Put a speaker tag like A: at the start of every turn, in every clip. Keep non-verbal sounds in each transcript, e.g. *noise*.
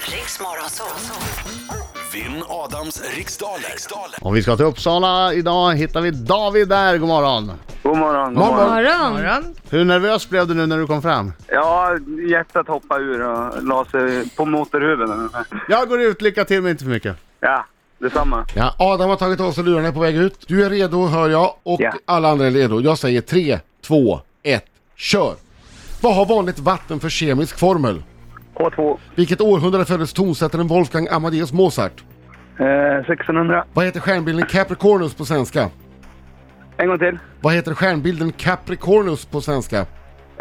A: Riks Morgonzoo.
B: Vinn Adams riksdaler. riksdaler.
C: Om vi ska till Uppsala idag hittar vi David där, god morgon.
D: God morgon, god
C: Morgon.
D: morgon.
E: Morgon.
C: Hur nervös blev du nu när du kom fram?
D: Ja, hjärtat hoppade ur och la sig på motorhuven.
C: Jag går ut, lycka till men inte för mycket.
D: Ja, detsamma.
F: Ja, Adam har tagit av sig lurarna är på väg ut. Du är redo hör jag och
D: Ja.
F: alla andra är redo. Jag säger 3, 2, 1, kör! Vad har vanligt vatten för kemisk formel?
D: K2,
F: Vilket århundrade föddes tonsättaren Wolfgang Amadeus Mozart?
D: eh, 1600.
F: Vad heter stjärnbilden Capricornus på svenska?
D: En gång till.
F: Vad heter stjärnbilden Capricornus på svenska?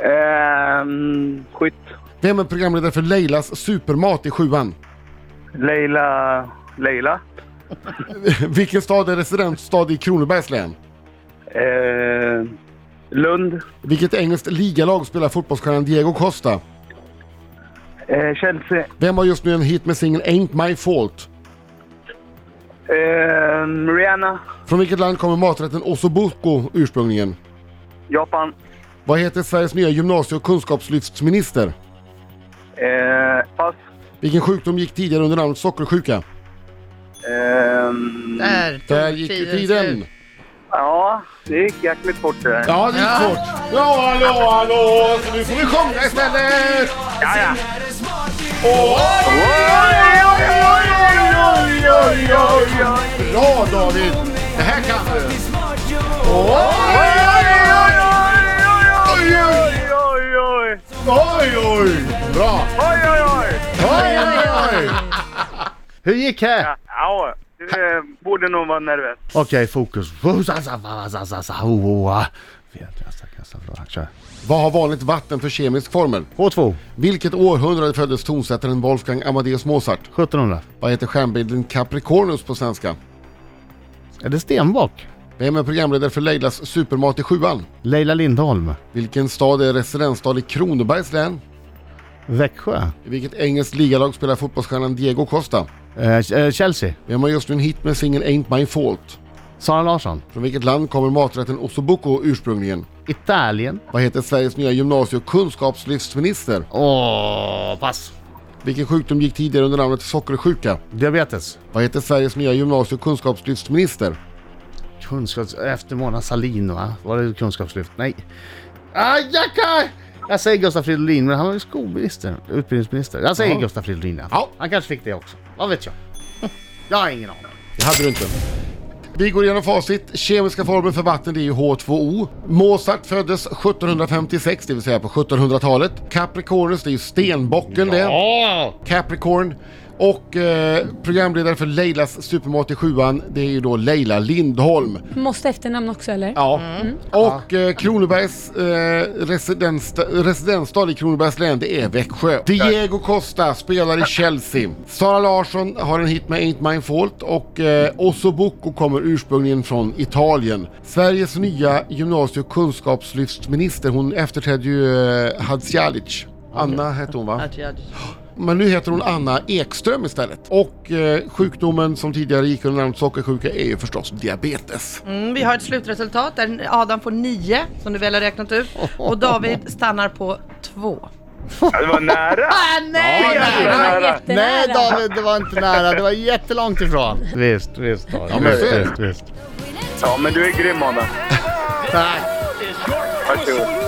D: Ehm, skytt.
F: Vem är programledare för Leilas supermat i sjuan? *laughs*
D: Leila... Leila?
F: Vilken stad är residensstad i Kronobergs län?
D: Eh, Lund.
F: Vilket engelskt ligalag spelar fotbollsstjärnan Diego Costa?
D: Eh, Chelsea.
F: Vem har just nu en hit med singeln Ain't My Fault?
D: Ehm, Rihanna.
F: Från vilket land kommer maträtten ossobuco ursprungligen?
D: Japan.
F: Vad heter Sveriges nya gymnasie och kunskapslyftsminister?
D: Eh, pass.
F: Vilken sjukdom gick tidigare under namnet sockersjuka?
D: Ehm,
E: Där,
F: Där gick ju tiden!
D: ja, det gick jäkligt fort det där.
F: Ja, det gick fort! Ja, hallå, hallå! Så nu får vi sjunga istället!
D: Ja, ja.
F: Bra David! Det här kan du! Oj, oj,
D: Oj, oj, oj!
F: oj, oj! Bra!
D: Oj, oj, oj!
F: Oj, oj, oj!
C: Hur gick det?
D: Ja, du eh, borde nog vara nervös.
C: Okej, fokus. Kör.
F: Vad har vanligt vatten för kemisk formel?
C: H2,
F: Vilket århundrade föddes tonsättaren Wolfgang Amadeus Mozart?
C: 1700.
F: Vad heter stjärnbilden Capricornus på svenska?
C: Är det stenbock?
F: Vem är programledare för Leilas supermat i sjuan?
C: Leila Lindholm.
F: Vilken stad är residensstad i Kronobergs län?
C: Växjö.
F: I vilket engelskt ligalag spelar fotbollsstjärnan Diego Costa?
C: Eh, eh, Chelsea.
F: Vem har just nu en hit med singeln Ain't My Fault?
C: Sara Larsson.
F: Från vilket land kommer maträtten ossobuco ursprungligen?
C: Italien.
F: Vad heter Sveriges nya gymnasie och kunskapslyftsminister?
C: Åh, pass.
F: Vilken sjukdom gick tidigare under namnet sockersjuka?
C: Diabetes.
F: Vad heter Sveriges nya gymnasie och kunskapslyftsminister?
C: Kunskaps... Efter Mona Sahlin va? Var det kunskapslyft? Nej. Ajakaj! Jag säger Gustaf Fridolin, men han var ju skolminister, utbildningsminister. Jag säger Gustaf Fridolin. i alla fall.
F: Ja.
C: Han kanske fick det också. Vad vet jag? *laughs* Jag har ingen aning.
F: Det hade du inte. Vi går igenom facit. Kemiska formeln för vatten det är ju H2O. Mozart föddes 1756, det vill säga på 1700-talet. Capricornus, det är ju stenbocken det.
C: Åh!
F: Capricorn. Och eh, programledare för Leilas supermat i sjuan, det är ju då Leila Lindholm.
G: Måste efternamn också eller?
F: Ja. Och eh, Kronobergs eh, residens, residensstad i Kronobergs län, det är Växjö. Diego Costa spelar i Chelsea. Sara Larsson har en hit med Ain't Mine Fault och eh, Osso Bucco kommer ursprungligen från Italien. Sveriges nya gymnasie och kunskapslyftsminister, hon efterträdde ju eh, Hadzialic. Anna hette hon va? Men nu heter hon Anna Ekström istället. Och eh, sjukdomen som tidigare gick under namnet sockersjuka är ju förstås diabetes.
E: Mm, vi har ett slutresultat där Adam får 9, som du väl har räknat ut, och David stannar på 2.
D: Ja, det var nära!
C: Ja,
G: Det
C: nej.
G: var
C: nej
G: jättenära.
C: David, det var inte nära. Det var jättelångt ifrån. Visst, visst. David.
F: men så är det.
C: visst.
D: Ja, men du är grym Adam.
C: Tack.
D: Varsågod.